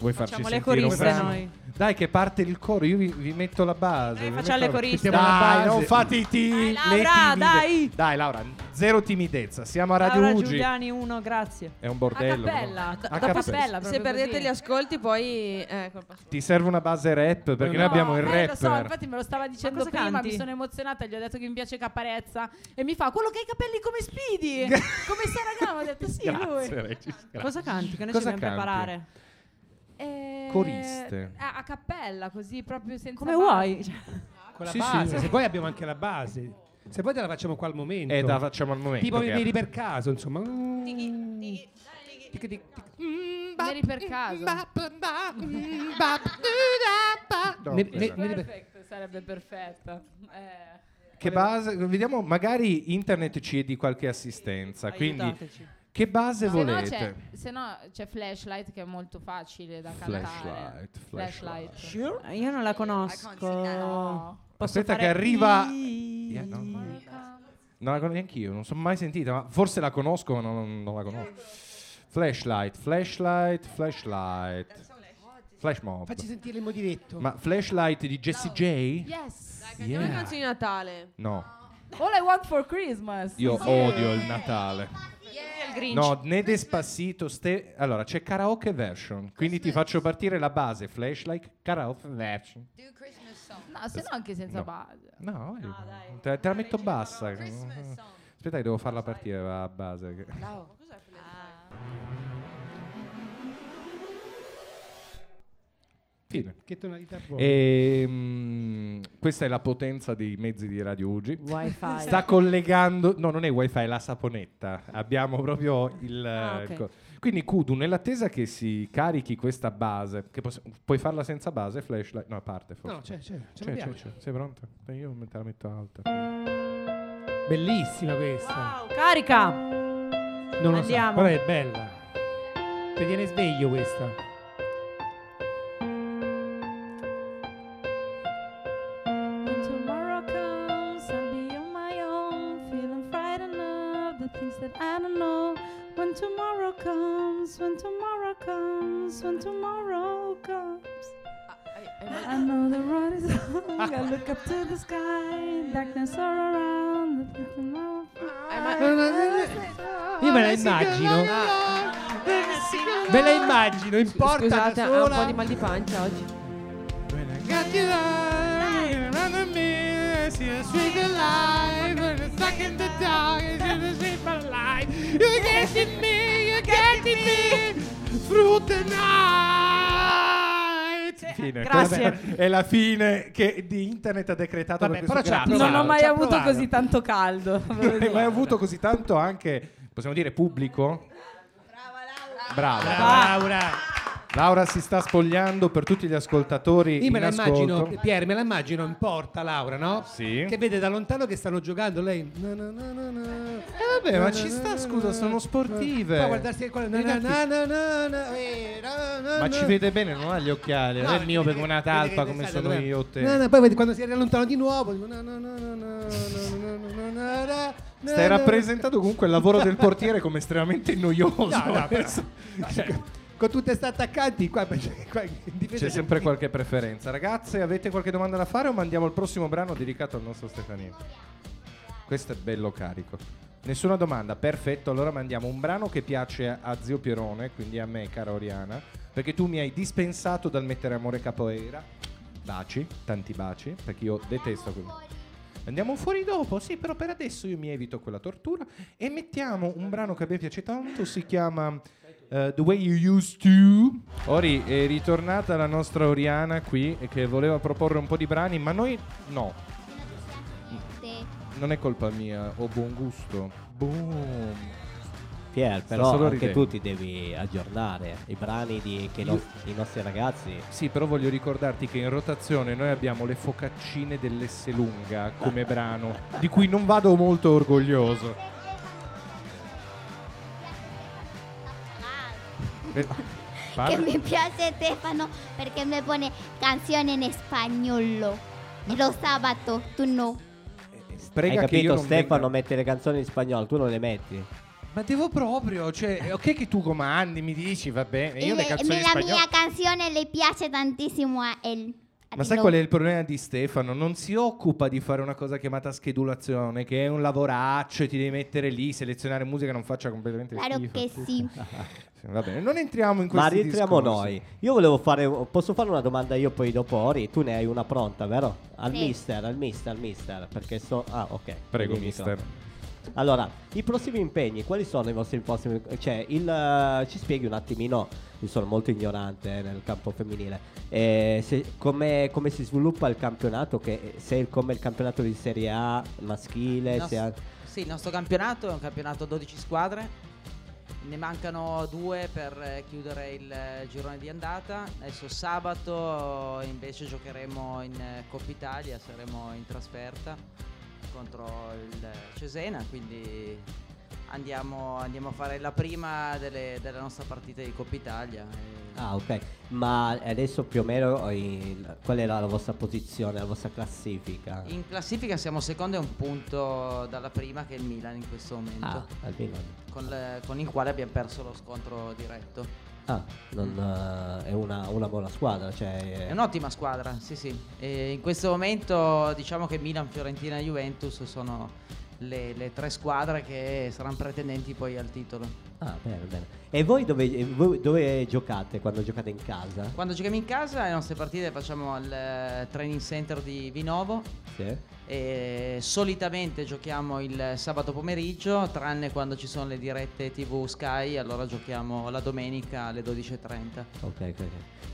S2: Vuoi farci
S6: Facciamo le
S2: sentire un
S6: coriste
S2: brano?
S6: noi. Eh,
S2: Dai, che parte il coro, io vi, vi metto la base. vi
S6: facciamo
S2: metto
S6: le
S2: la-
S6: coriste.
S2: Dai,
S6: Mettiamo la base.
S2: non fate i ti-
S6: Dai,
S2: le
S6: Laura,
S2: timide.
S6: dai!
S2: Dai, Laura, zero timidezza. Siamo a Radio
S6: Laura
S2: Ugi.
S6: Giuliani 1, grazie.
S2: È un bordello.
S5: cappella,
S2: no?
S5: da-
S2: A
S5: dopo
S2: cappella.
S5: se- Se perdete gli ascolti, poi. Eh, colpa sua.
S2: Ti serve una base rap perché noi abbiamo il
S7: Eh,
S2: rapper.
S7: lo so, infatti me lo stava dicendo
S6: cosa
S7: prima,
S6: canti?
S7: mi sono emozionata, gli ho detto che mi piace Caparezza e mi fa quello che ha i capelli come Speedy, come Saragamo, ho detto sì,
S2: Grazie,
S7: lui.
S2: Regis, grazie.
S6: Cosa canti? Che noi
S2: Cosa
S6: ci dobbiamo
S2: canti?
S6: preparare.
S7: Eh,
S2: Coriste.
S7: A, a cappella, così proprio senza
S6: Come
S7: base. Cioè,
S6: vuoi?
S11: Con la
S2: Sì,
S11: base.
S2: sì.
S11: Se poi abbiamo anche la base. Se poi te la facciamo qua al momento.
S2: Eh, te la facciamo al momento,
S11: Tipo
S2: che-
S11: vedi per caso, insomma. Mm.
S7: Neri per caso.
S2: No,
S11: Ne-
S2: quella.
S11: ne-
S7: Perfect, sarebbe perfetto. Eh.
S2: Che base? Vediamo, magari internet ci di qualche assistenza. Quindi
S6: Aiutateci.
S2: Che base
S7: Se no, c'è,
S2: volete?
S7: se no c'è Flashlight che è molto facile da cantare.
S2: Flashlight, flashlight.
S6: Eh, Io non la conosco. Posso
S2: Aspetta
S6: fare-
S2: che arriva... Yeah, no. Non la conosco neanche io, non sono mai sentita, ma forse la conosco, ma non, non la conosco. Flashlight, flashlight, flashlight. Flash mob.
S11: Facci sentire il modiretto.
S2: Ma flashlight di Jessie J?
S5: Yes. Dai,
S2: cantiamo
S5: cantiamo le
S2: le Yeah.
S5: canzoni
S2: canzoni
S5: di Natale.
S2: No,
S7: All I want for Christmas.
S2: io odio il Natale.
S5: il Grinch.
S2: No, né Despacito. Ste... Allora, c'è karaoke version, quindi ti faccio partire la base, flashlight, karaoke version.
S7: No, se no anche senza
S2: No.
S7: base.
S2: No, io- te, te la metto bassa. Aspetta, che devo farla partire la base. che- Fine. Eh,
S11: Che tonalità buona.
S2: Ehm, questa è la potenza dei mezzi di Radio Ugi.
S11: Wi-Fi.
S2: Sta collegando, no, non è wifi, è la saponetta. Abbiamo proprio il.
S11: Ah,
S2: il
S11: ok.
S2: co- Quindi, Kudu, nell'attesa che si carichi questa base, che poss- puoi farla senza base, flashlight, no, a parte forse.
S11: No, c'è, c'è, ce
S2: C'è,
S11: l'abbiamo.
S2: c'è, c'è. Sei pronta? Beh, Io me- te la metto alta.
S11: Bellissima questa.
S6: Carica.
S11: Non lo
S6: Andiamo.
S11: so, però è bella. Ti viene sveglio questa.
S19: When tomorrow comes, I'll be on my own, feeling frightened of the things that I don't know. When tomorrow comes, when tomorrow comes, when tomorrow comes. I know the road is long. I look up to the sky, darkness all around. The things that I don't know.
S11: Io me la immagino. Me la immagino, in porta
S5: Scusate,
S11: da
S5: ho un
S11: sola.
S5: po' di mal di pancia oggi.
S4: Eh,
S2: Fine.
S11: grazie.
S2: Questa È la fine che di internet ha decretato
S11: Vabbè,
S2: per questo
S11: però
S2: canale.
S11: ci ha
S7: Non ho mai
S11: ci ha
S7: avuto
S11: provato.
S7: così tanto caldo.
S2: Non hai mai avuto così tanto anche, possiamo dire, pubblico? Brava Laura.
S11: Brava, Laura.
S2: Laura si sta spogliando per tutti gli ascoltatori
S11: Io me
S2: in
S11: la
S2: ascolto.
S11: immagino, Pier, me la immagino in porta Laura, no?
S2: Sì.
S11: Che vede da lontano che stanno giocando lei. Na, na, na, na, na.
S2: Eh vabbè, ma ci sta, scusa, sono sportive.
S11: Fa guardarsi il collo. na, na, na, na, na, na, eh, na, na,
S2: Ma
S11: na.
S2: ci vede bene, non ha gli occhiali, non è miope come una talpa come sono io o te.
S11: No, no, poi vedi, quando si allontana di nuovo. dico, na, na, na, na, na, na, na, na, na, na, na,
S2: Stai
S11: na.
S2: rappresentando comunque il lavoro del portiere come estremamente noioso.
S11: No, no, però-
S2: Cioè,
S11: Con tutte ste attaccanti, qua, qua in difesa
S2: C'è sempre qualche preferenza. Ragazze, avete qualche domanda da fare o mandiamo il prossimo brano dedicato al nostro Stefanino? Questo è bello carico. Nessuna domanda, perfetto. Allora mandiamo un brano che piace a zio Pierone, quindi a me, cara Oriana, perché tu mi hai dispensato dal mettere amore capoeira. Baci, tanti baci, perché io detesto quello. Andiamo fuori dopo, sì, però per adesso io mi evito quella tortura e mettiamo un brano che a me piace tanto, si chiama eh, The Way You Used To. Ori, è ritornata la nostra Oriana qui e che voleva proporre un po' di brani, ma noi no,
S3: Te-
S2: non è colpa mia, ho buon gusto. Boom.
S4: Pier,
S2: Sta
S4: però
S2: solo
S4: anche
S2: ridendo.
S4: tu ti devi aggiornare i brani di, che
S2: Io-
S4: nos- i nostri ragazzi.
S2: Sì, però voglio ricordarti che in rotazione noi abbiamo le focaccine dell'Esselunga come brano, di cui non vado molto orgoglioso. Eh, parla.
S3: Que me piace Stefano porque me pone canción en español. Los sábados, tú no.
S2: Prega
S4: Hai
S2: che io
S4: capito
S2: non
S4: Stefano
S2: venga-
S4: mette le canzoni in spagnolo, tu non le metti.
S2: Ma devo proprio, cioè, è ok che tu comandi, mi dici, va bene, io
S3: Y
S2: le
S3: le-
S2: canzoni in
S3: la
S2: spagnolo...
S3: mía canción le piace tantísimo a él. A
S2: Ma
S3: ti
S2: sai
S3: no.
S2: qual è il problema di Stefano? Non si occupa di fare una cosa chiamata schedulazione, che è un lavoraccio e ti devi mettere lì, selezionare musica non faccia completamente
S3: Claro
S2: schifo.
S3: che sì.
S2: Va bene, non entriamo in
S4: Ma
S2: questi
S4: rientriamo
S2: discorsi.
S4: noi. Io volevo fare. Posso fare una domanda io poi dopo Ori? Tu ne hai una pronta, vero? Al
S3: Sì.
S4: mister, al mister, al mister. Perché so. Ah, ok.
S2: Prego,
S4: Dimmi,
S2: mister.
S4: microfono. Allora, i prossimi impegni, quali sono i vostri prossimi? Cioè, il, eh, ci spieghi un attimino, io sono molto ignorante eh, nel campo femminile, eh, se- come, come si sviluppa il campionato, che, se è come il campionato di Serie A maschile,
S9: Il nos-
S4: se ha-
S9: Sì, il nostro campionato è un campionato a 12 squadre. Ne mancano due per eh, chiudere il eh, girone di andata. Adesso sabato eh, invece giocheremo in eh, Coppa Italia, saremo in trasferta contro il eh, Cesena, quindi andiamo, andiamo a fare la prima delle- della nostra partita di Coppa Italia. e-
S4: Ah, ok. Ma adesso più o meno il- qual è la, la vostra posizione, la vostra classifica?
S9: In classifica siamo secondi a un punto dalla prima che è il Milan in questo momento.
S4: Ah, al Milan.
S9: Con, le- con il quale abbiamo perso lo scontro diretto.
S4: Ah, non, eh, è una, una buona squadra, cioè...
S9: È un'ottima squadra, sì sì. E in questo momento diciamo che Milan, Fiorentina e Juventus sono le, le tre squadre che saranno pretendenti poi al titolo.
S4: Ah, bene, bene. E voi dove, e voi dove giocate quando giocate in casa?
S9: Quando giochiamo in casa le nostre partite le facciamo al eh, training center di Vinovo
S4: Sì.
S9: e solitamente giochiamo il sabato pomeriggio tranne quando ci sono le dirette tv Sky allora giochiamo la domenica alle 12.30.
S4: Ok, ok, ok.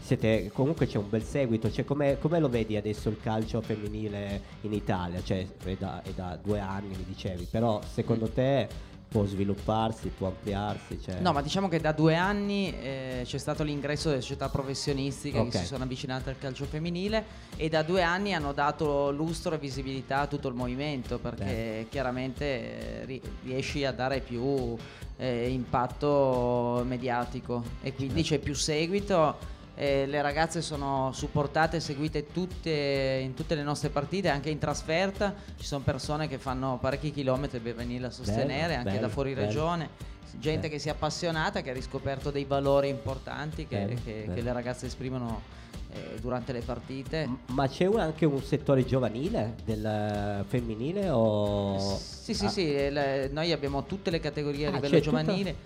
S4: Siete, comunque c'è un bel seguito, cioè come, come lo vedi adesso il calcio femminile in Italia? Cioè è da, è da due anni mi dicevi, però secondo te può svilupparsi, può ampliarsi? Cioè...
S9: No, ma diciamo che da due anni eh, c'è stato l'ingresso delle società professionistiche
S4: Ok.
S9: che si sono avvicinate al calcio femminile e da due anni hanno dato lustro e visibilità a tutto il movimento perché
S12: Bene.
S9: chiaramente eh, ri- riesci a dare più eh, impatto mediatico e quindi c'è
S12: Certo.
S9: più seguito. eh, le ragazze sono supportate e seguite tutte, in tutte le nostre partite, anche in trasferta. Ci sono persone che fanno parecchi chilometri per venire a sostenere, anche
S12: bello,
S9: da fuori
S12: bello.
S9: regione gente
S4: Eh.
S12: Beh.
S9: che si è appassionata, che ha riscoperto dei valori importanti che,
S4: Bene,
S9: che- che
S4: bene.
S9: le ragazze esprimono eh, durante le partite.
S4: Ma c'è un- anche un settore giovanile del eh, femminile o...
S9: Sì, sì,
S4: Ah,
S9: sì, eh, le- noi abbiamo tutte le categorie a
S4: Ah,
S9: livello
S4: c'è tutta-
S9: giovanile.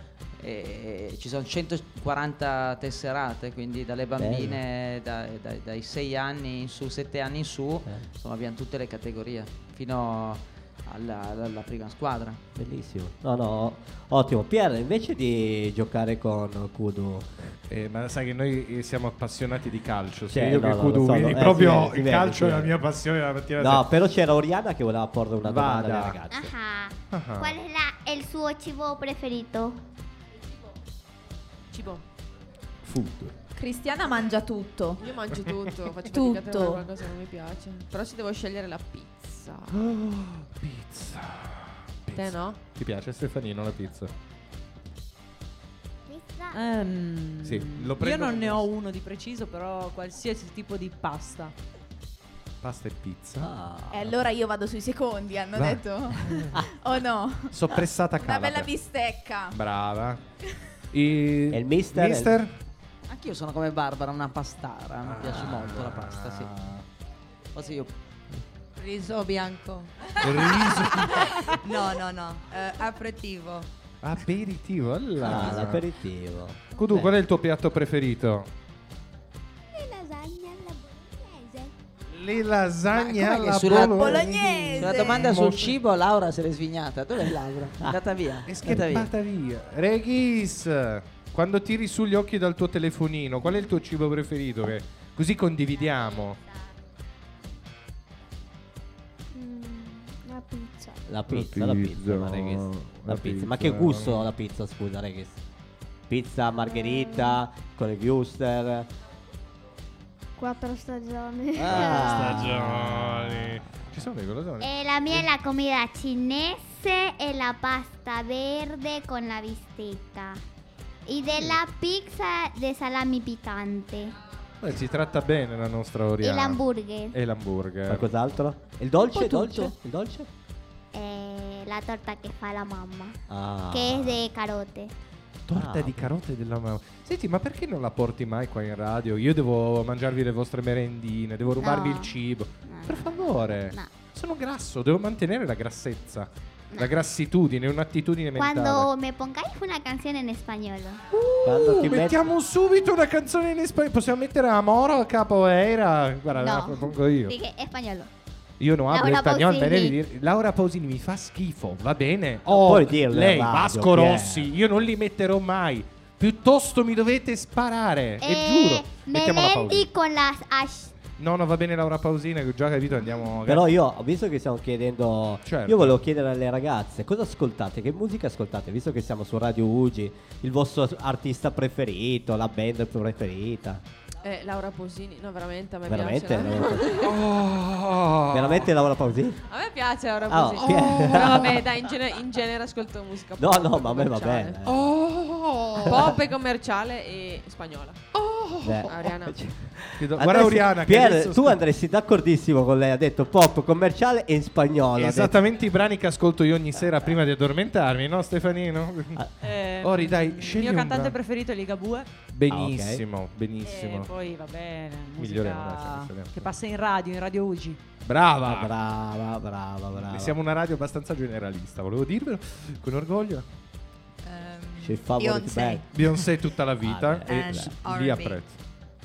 S9: e- e ci sono 140 tesserate, quindi dalle bambine da- dai- dai 6 anni in su, 7 anni in su,
S4: Eh.
S9: insomma abbiamo tutte le categorie fino alla, alla prima squadra.
S4: Bellissimo. No, no, ottimo. Pier, invece di giocare con Kudu...
S2: Eh, ma sai che noi eh, siamo appassionati di calcio. sì,
S4: Cioè,
S2: io che
S4: no, no, lo
S2: Kudu,
S4: so,
S2: quindi
S4: lo- eh,
S2: proprio
S4: sì, si
S2: il
S4: vede,
S2: calcio
S4: si
S2: è la
S4: vede.
S2: mia passione la mattina. alla
S4: No,
S2: sera.
S4: però c'era Oriana che voleva porre una domanda alle
S2: Vada. Ah,
S4: ragazze.
S3: Ajá.
S2: Ajá.
S3: ¿Cuál es la, el su chivo preferido?
S5: Cibo.
S2: Food.
S20: Cristiana mangia tutto.
S5: Io mangio tutto, faccio fatica a trovare
S20: tutto.
S5: qualcosa che non mi piace. Però ci devo scegliere la pizza.
S2: pizza.
S5: Te no?
S2: Ti piace Stefanino la pizza?
S6: Ehm,
S2: Sì, lo
S6: io
S2: prendo
S6: non
S2: per
S6: ne ho uno di preciso, però qualsiasi tipo di pasta.
S2: Pasta e pizza.
S4: Ah.
S20: E allora io vado sui secondi, hanno
S2: Vai.
S20: detto. oh no.
S2: Soppressata
S20: Una
S2: calabra.
S20: bella bistecca.
S2: Brava. E...
S4: il mister?
S2: Mister?
S9: Anch'io sono come Barbara, una pastara,
S4: Ah.
S9: mi piace molto la pasta, sì. Forse io
S8: Riso bianco.
S2: Riso.
S8: no, no, no. Eh, aperitivo.
S2: Aperitivo, allora.
S4: Ah, l'aperitivo.
S2: Kudu,
S4: Beh.
S2: qual è il tuo piatto preferito?
S15: Le lasagne alla bolognese.
S2: Le
S13: Ah,
S2: lasagne
S9: Ma com'è che
S2: alla
S9: sulla-
S2: bolognese.
S9: Sulla domanda sul
S2: Molto-
S9: cibo, Laura se l'è svignata. Dov'è Laura? È Andata via.
S2: È
S9: andata via.
S2: scappata via. Regis, quando tiri su gli occhi dal tuo telefonino, qual è il tuo cibo preferito? Che così condividiamo.
S15: La pizza.
S4: La pizza, la pizza, ma Regis. La pizza. Ma che
S2: pizza.
S4: gusto ha la pizza, scusa, Regis? Pizza margherita con il Wuster.
S15: Quattro
S4: Ah.
S15: stagioni.
S2: Ah. Stagioni. Ci sono le colazioni?
S3: Eh, la mía es la comida chinese, es la pasta verde con la bisteca. Y de la pizza de salami picante.
S2: Beh, ci tratta bene la nostra Oriana.
S3: E l'hamburger.
S2: E l'hamburger.
S4: Qualcos'altro? Il dolce,
S3: Un po'
S4: dolce?
S3: tutto.
S4: Il dolce?
S3: Eh, la torta que fa la mamá.
S4: Ah.
S3: Que es de carote.
S2: Torta di carote della mamma. Senti, ma perché non la porti mai qua in radio? Io devo mangiarvi le vostre merendine, devo rubarvi
S3: No.
S2: il cibo. per favore.
S3: No.
S2: Sono grasso, devo mantenere la grassezza. La grassitudine, è un'attitudine mentale.
S3: Cuando me pongáis una canción en español.
S2: Uh, mettiamo subito una canzone in spagnolo. Possiamo mettere Amoro Capoeira? Guarda, la propongo io.
S3: Dije español.
S2: Io non
S3: Laura
S2: hablo spagnolo, me devi
S3: Pausini.
S2: dire. Laura Pausini mi fa schifo, va bene?
S4: Non
S2: Oh,
S4: puoi dirlo in
S2: lei,
S4: radio,
S2: Vasco
S4: Pier.
S2: Rossi, io non li metterò mai. Piuttosto mi dovete sparare, e
S3: Eh,
S2: giuro. Mettiamo la Pausini.
S3: Melendi con las ash.
S2: No, no, va bene Laura Pausini, che ho già capito, andiamo...
S4: Però io ho visto che stiamo chiedendo.
S2: Certo.
S4: Io volevo chiedere alle ragazze cosa ascoltate, che musica ascoltate, visto che siamo su Radio Ugi, il vostro artista preferito, la band preferita.
S5: Eh, Laura Posini, no, veramente a me
S4: Veramente? Eh,
S5: piace. Laura-
S2: Oh.
S4: Veramente Laura Pausini?
S5: A me piace Laura
S4: Ah,
S5: Posini.
S4: ok.
S5: Però vabbè, dai, in, gene- in genere ascolto musica.
S4: No,
S5: pop
S4: no, ma a me va
S5: commerciale.
S4: bene.
S5: Oh. Pop e commerciale e spagnola.
S4: Beh.
S20: Oh,
S4: Cioè.
S5: Ariana.
S2: Chiedo-
S4: Andresti-
S2: Guarda Oriana che
S4: Pier,
S2: adesso
S4: tu
S2: sta-
S4: andresti d'accordissimo con lei, ha detto pop commerciale e in spagnolo. ha detto.
S2: Esattamente i brani che ascolto io ogni sera prima di addormentarmi, no Stefanino?
S4: Ah.
S6: Eh,
S2: Ori, dai,
S6: il
S2: scegli
S6: mio
S2: un
S6: cantante Eh,
S2: brano.
S6: preferito è Ligabue.
S2: Benissimo,
S4: Ah,
S2: benissimo.
S6: E poi va bene,
S2: Miglioriamo, dai,
S6: musica
S2: ce ne saliamo.
S6: che passa in radio, in radio UGI.
S2: Brava.
S4: Ah, brava, brava, brava.
S2: Siamo una radio abbastanza generalista, volevo dirvelo con orgoglio.
S4: C'è il favorite Beyoncé. band.
S2: Beyoncé tutta la vita
S4: Ah,
S2: e
S6: Eh,
S4: beh,
S2: s-
S4: bello.
S2: li
S4: R&B.
S2: apprezzo.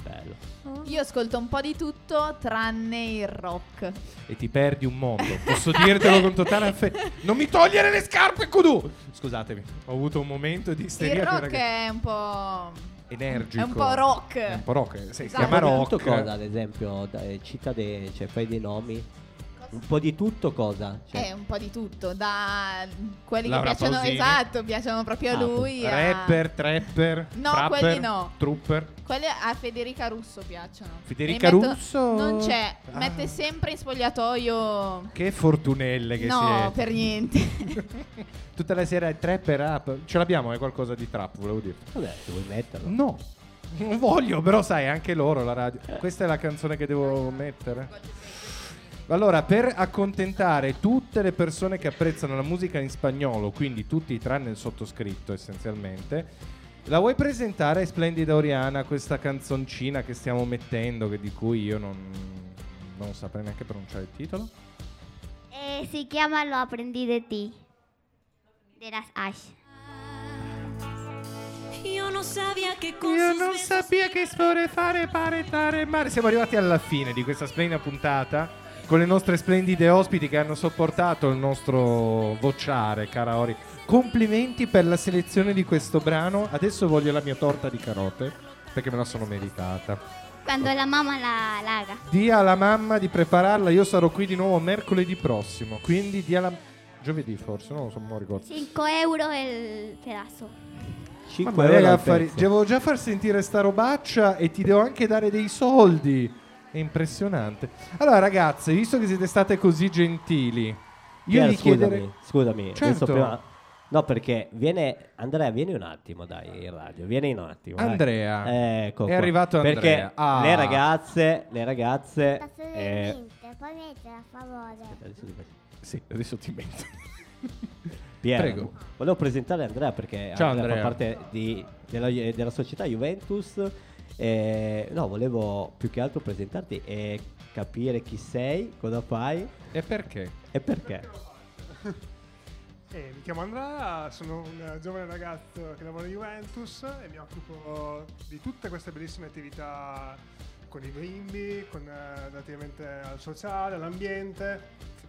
S4: Bello.
S20: Io ascolto un po' di tutto tranne il rock.
S2: E ti perdi un mondo. Posso dirtelo con totale affetto. Non mi togliere le scarpe, Kudu! Scusatemi, ho avuto un momento di
S20: Il
S2: isteria. con i
S20: rock
S2: ragazzi.
S20: è un po'...
S2: energico.
S20: è un po' rock.
S2: È un po' rock. eh, Si
S20: Esatto.
S2: chiama
S4: Un po' di
S2: rock.
S4: tutto cosa, ad esempio, da- eh, cita dei, cioè fai dei nomi. Un po' di tutto cosa? Cioè,
S20: È un po' di tutto, da quelli
S2: Laura
S20: che piacciono,
S2: Pausini.
S20: esatto, piacciono proprio a
S2: Ah,
S20: lui. a-
S2: Rapper, trapper,
S20: No,
S2: trapper,
S20: quelli no.
S2: trooper.
S20: Quelli a Federica Russo piacciono.
S2: Federica
S20: Mi metto-
S2: Russo?
S20: Non c'è,
S2: Ah.
S20: mette sempre in spogliatoio.
S2: Che fortunelle che
S20: no,
S2: siete.
S20: per niente.
S2: Tutta la sera è trapper up. Ce l'abbiamo, è qualcosa di trap, volevo dire.
S4: Vabbè, se vuoi metterlo.
S2: No. Non voglio, però sai, anche loro la radio. Questa è la canzone che devo mettere. Allora, per accontentare tutte le persone che apprezzano la musica in spagnolo, quindi tutti tranne il sottoscritto essenzialmente, la vuoi presentare Splendida Oriana, questa canzoncina che stiamo mettendo, che- di cui io non, non saprei neanche pronunciare il titolo?
S3: Eh, si chiama Lo aprendí de ti. De las Ash.
S21: Io non sabia che
S2: Io non sapevo che sfore fare, pare, tare, mare. Siamo arrivati alla fine di questa splendida puntata con le nostre splendide ospiti che hanno sopportato il nostro vociare, cara Ori. Complimenti per la selezione di questo brano. Adesso voglio la mia torta di carote perché me la sono meritata.
S3: Cuando la mamá la, la haga.
S2: Dia alla mamma di prepararla, io sarò qui di nuovo mercoledì prossimo, quindi dia alla... Giovedì forse, non lo so, non ricordo.
S3: 5 euros el pedazo.
S2: Ma raga, affari- devo già far sentire sta robaccia e ti devo anche dare dei soldi. È impressionante. Allora, ragazze, visto che siete state così gentili, io
S4: Pier,
S2: vi
S4: scusami,
S2: chiederei.
S4: scusami, adesso
S2: Certo.
S4: prima- No, perché viene Andrea, vieni un attimo, dai, in radio, vieni un attimo. dai.
S2: Andrea.
S4: Ecco
S2: È
S4: qua.
S2: arrivato Andrea.
S4: Perché
S2: Ah.
S4: le ragazze, le ragazze eh,
S15: a favore.
S2: Sì, adesso ti metto.
S4: Piero,
S2: Prego.
S4: Volevo presentare Andrea perché
S2: Ciao,
S4: Andrea,
S2: Andrea.
S4: fa parte di- della, della società Juventus. Eh, no, volevo più che altro presentarti e capire chi sei, cosa fai
S2: e perché.
S4: E perché?
S22: Eh, mi chiamo Andrea, sono un eh, giovane ragazzo che lavora in Juventus e mi occupo di tutte queste bellissime attività con i bimbi, con, eh, relativamente al sociale, all'ambiente,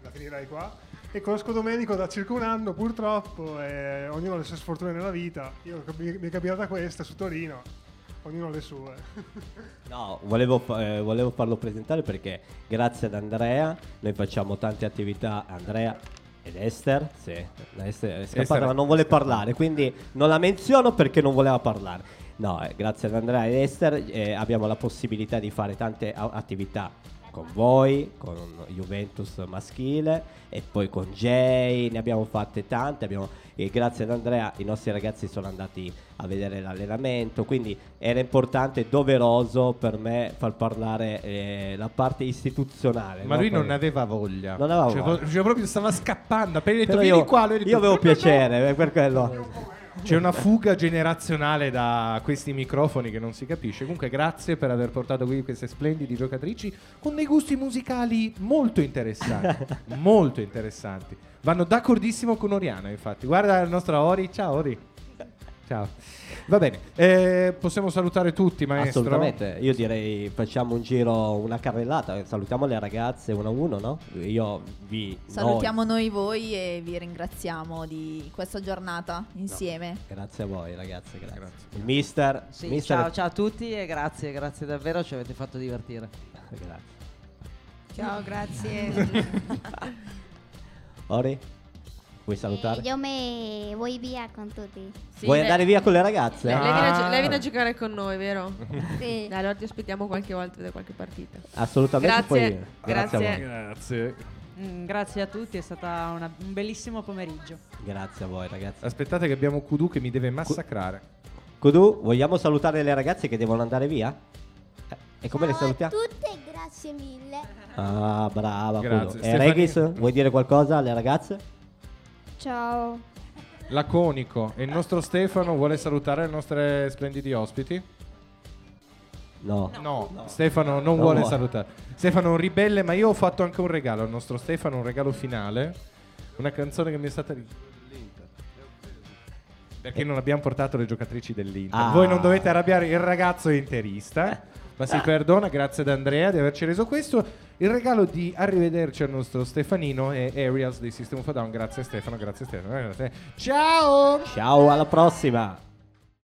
S22: la finirei qua. E conosco Domenico da circa un anno purtroppo e ognuno ha le sue sfortune nella vita. Io, mi, mi è capitata questa su Torino, ognuno ha le sue.
S4: No, Volevo, fa- eh, volevo farlo presentare perché grazie ad Andrea noi facciamo tante attività. Andrea ed Esther, sì, la Esther è scappata
S12: Esther è
S4: ma non vuole parlare, quindi non la menziono perché non voleva parlare. No, eh, grazie ad Andrea ed Esther eh, abbiamo la possibilità di fare tante a- attività con voi, con Juventus maschile e poi con Jay, ne abbiamo fatte tante, abbiamo- e grazie ad Andrea i nostri ragazzi sono andati a vedere l'allenamento, quindi era importante e doveroso per me far parlare eh, la parte istituzionale.
S2: Ma
S4: no?
S2: lui non
S4: Poi-
S2: aveva voglia.
S4: Non aveva
S2: Cioè,
S4: voglia.
S2: vo- cioè, proprio stava scappando. Appena detto,
S4: Però
S2: vieni
S4: io,
S2: qua. lui ha detto,
S4: io avevo
S2: "No, no, no".
S4: piacere eh, per quello.
S2: C'è una fuga generazionale da questi microfoni che non si capisce. Comunque, grazie per aver portato qui queste splendide giocatrici con dei gusti musicali molto interessanti. molto interessanti. Vanno d'accordissimo con Oriana, infatti. Guarda la nostra Ori. Ciao, Ori. Ciao. Va bene, eh, possiamo salutare tutti, maestro.
S4: Assolutamente, io direi facciamo un giro, una carrellata, salutiamo le ragazze uno a uno, no? Io vi...
S20: Salutiamo noi voi e vi ringraziamo di questa giornata insieme.
S4: noi. Grazie a voi ragazze, grazie. Il mister,
S20: Sì,
S4: mister
S9: Ciao, ciao a tutti e grazie, grazie davvero, ci avete fatto divertire.
S4: grazie.
S8: Ciao, grazie.
S4: Ori? Vuoi salutare?
S3: Io me voy via con tutti.
S4: Vuoi andare via con le ragazze?
S5: Lei, viene a gio-
S4: Ah.
S5: lei viene a giocare con noi, vero?
S3: sì.
S5: Dai, allora ti aspettiamo qualche volta da qualche partita.
S4: Assolutamente.
S5: Grazie.
S4: poi-
S5: Grazie.
S2: Grazie.
S6: Mm, grazie a tutti, è stato un bellissimo pomeriggio.
S4: Grazie a voi ragazzi.
S2: Aspettate che abbiamo Kudu che mi deve massacrare.
S4: Kudu, vogliamo salutare le ragazze che devono andare via? Eh, E come le salutiamo?
S15: Tutte grazie mille.
S4: Ah, brava. Kudu.
S2: Grazie,
S4: E
S2: Stefania-
S4: Regis, vuoi dire qualcosa alle ragazze?
S10: Ciao.
S2: Laconico. E il nostro Stefano vuole salutare i nostri splendidi ospiti?
S4: No.
S2: No, Stefano
S4: Oh,
S2: non vuole salutare. Stefano è un ribelle, ma io ho fatto anche un regalo al nostro Stefano, un regalo finale. Una canzone che mi è stata ri-
S9: Eh.
S2: perché non abbiamo portato le giocatrici dell'Inter.
S4: Ah. Eh.
S2: Voi non dovete arrabbiare il ragazzo è interista, ma si perdona, grazie ad Andrea di averci reso questo. Il regalo di arrivederci al nostro Stefanino è Arias dei System of a Down. Grazie Stefano, grazie Stefano. grazie. Ciao!
S4: Ciao, alla prossima.